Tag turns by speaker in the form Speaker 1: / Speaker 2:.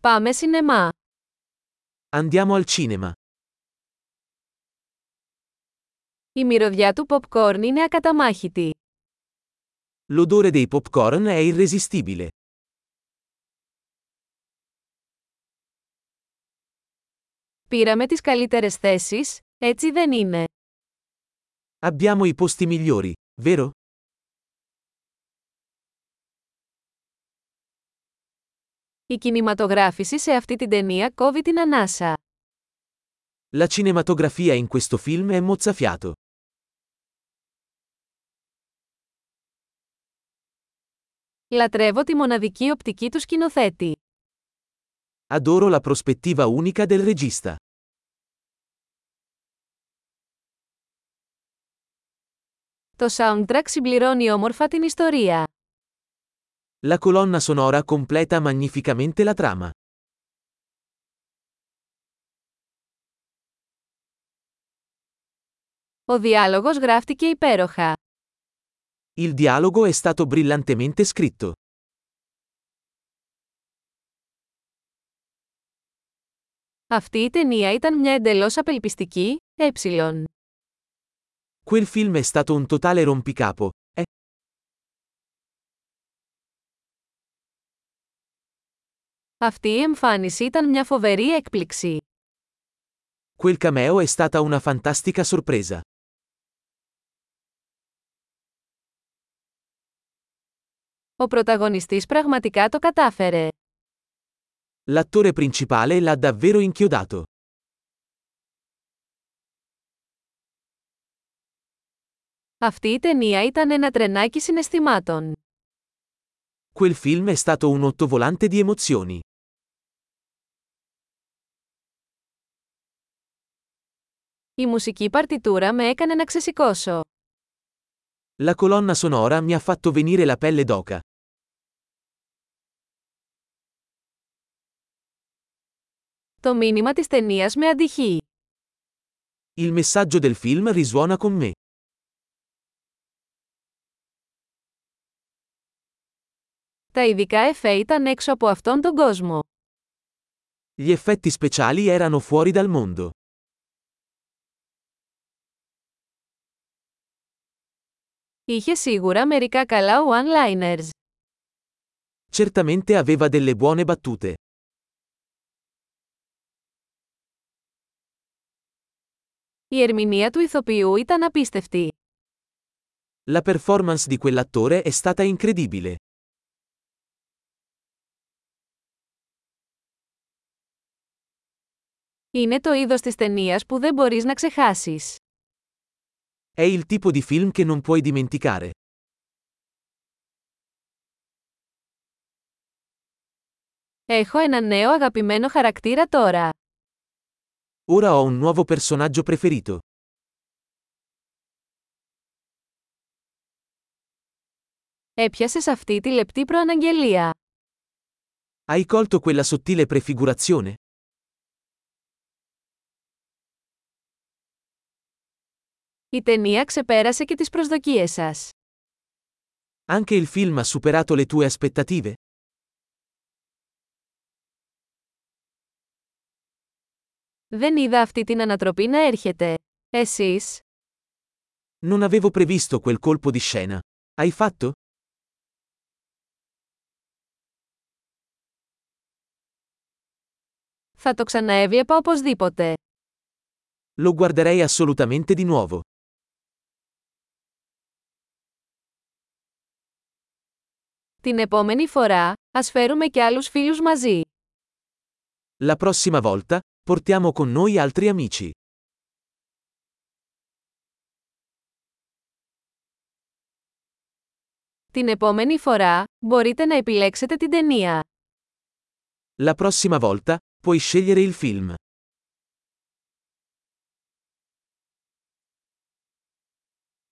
Speaker 1: Πάμε σινεμά.
Speaker 2: Andiamo al cinema.
Speaker 1: Η μυρωδιά του popcorn είναι ακαταμάχητη.
Speaker 2: L'odore dei popcorn è irresistibile.
Speaker 1: Πήραμε τις καλύτερες θέσεις, έτσι δεν είναι.
Speaker 2: Abbiamo i posti migliori, vero?
Speaker 1: Η κινηματογράφηση σε αυτή την ταινία κόβει την ανάσα.
Speaker 2: La cinematografia in questo film è mozzafiato.
Speaker 1: Λατρεύω τη μοναδική οπτική του σκηνοθέτη.
Speaker 2: Adoro la prospettiva unica del regista.
Speaker 1: Το soundtrack συμπληρώνει όμορφα την ιστορία.
Speaker 2: La colonna sonora completa magnificamente la trama.
Speaker 1: Ο διάλογος γράφτηκε υπέροχα.
Speaker 2: Il dialogo è stato brillantemente scritto.
Speaker 1: Αυτή η ταινία ήταν μια εντελώς απελπιστική, ε.
Speaker 2: Quel film è stato un totale rompicapo. eh?
Speaker 1: Αυτή η εμφάνιση ήταν μια φοβερή έκπληξη.
Speaker 2: Quel cameo è stata una fantastica sorpresa.
Speaker 1: Ο πρωταγωνιστής πραγματικά το κατάφερε.
Speaker 2: L'attore principale l'ha davvero inchiodato.
Speaker 1: Αυτή η ταινία ήταν ένα τρενάκι συναισθημάτων.
Speaker 2: Quel film è stato un ottovolante di emozioni.
Speaker 1: Η μουσική παρτιτούρα με έκανε να ξεσηκώσω.
Speaker 2: La colonna sonora mi ha fatto venire la pelle d'oca.
Speaker 1: Το μήνυμα της ταινίας με αντυχεί.
Speaker 2: Il messaggio del film risuona con me.
Speaker 1: Τα ειδικά εφέ ήταν έξω από αυτόν τον κόσμο.
Speaker 2: Gli effetti speciali erano fuori dal mondo.
Speaker 1: Είχε σίγουρα μερικά καλά one-liners.
Speaker 2: Certamente aveva delle buone battute.
Speaker 1: Η ερμηνεία του ηθοποιού ήταν απίστευτη.
Speaker 2: La performance di quell'attore è stata incredibile.
Speaker 1: Είναι το είδος της ταινίας που δεν μπορείς να ξεχάσεις.
Speaker 2: È il tipo di film che non puoi dimenticare.
Speaker 1: Έχω ένα νέο αγαπημένο χαρακτήρα τώρα.
Speaker 2: Ora ho un nuovo personaggio preferito.
Speaker 1: Έπιασες αυτή τη λεπτή προαναγγελία.
Speaker 2: Hai colto quella sottile prefigurazione?
Speaker 1: Η ταινία ξεπέρασε και τις προσδοκίες σας.
Speaker 2: Anche il film ha superato le tue aspettative?
Speaker 1: Δεν είδα αυτή την ανατροπή να έρχεται. Εσείς,
Speaker 2: Non avevo previsto quel colpo di scena. Hai fatto?
Speaker 1: θα το ξαναέβλεπα οπωσδήποτε.
Speaker 2: Lo guarderei assolutamente di nuovo.
Speaker 1: Την επόμενη φορά, ας φέρουμε και άλλους φίλους μαζί.
Speaker 2: La prossima volta, portiamo con noi altri amici.
Speaker 1: Την επόμενη φορά, μπορείτε να επιλέξετε την ταινία.
Speaker 2: La prossima volta, puoi scegliere il film.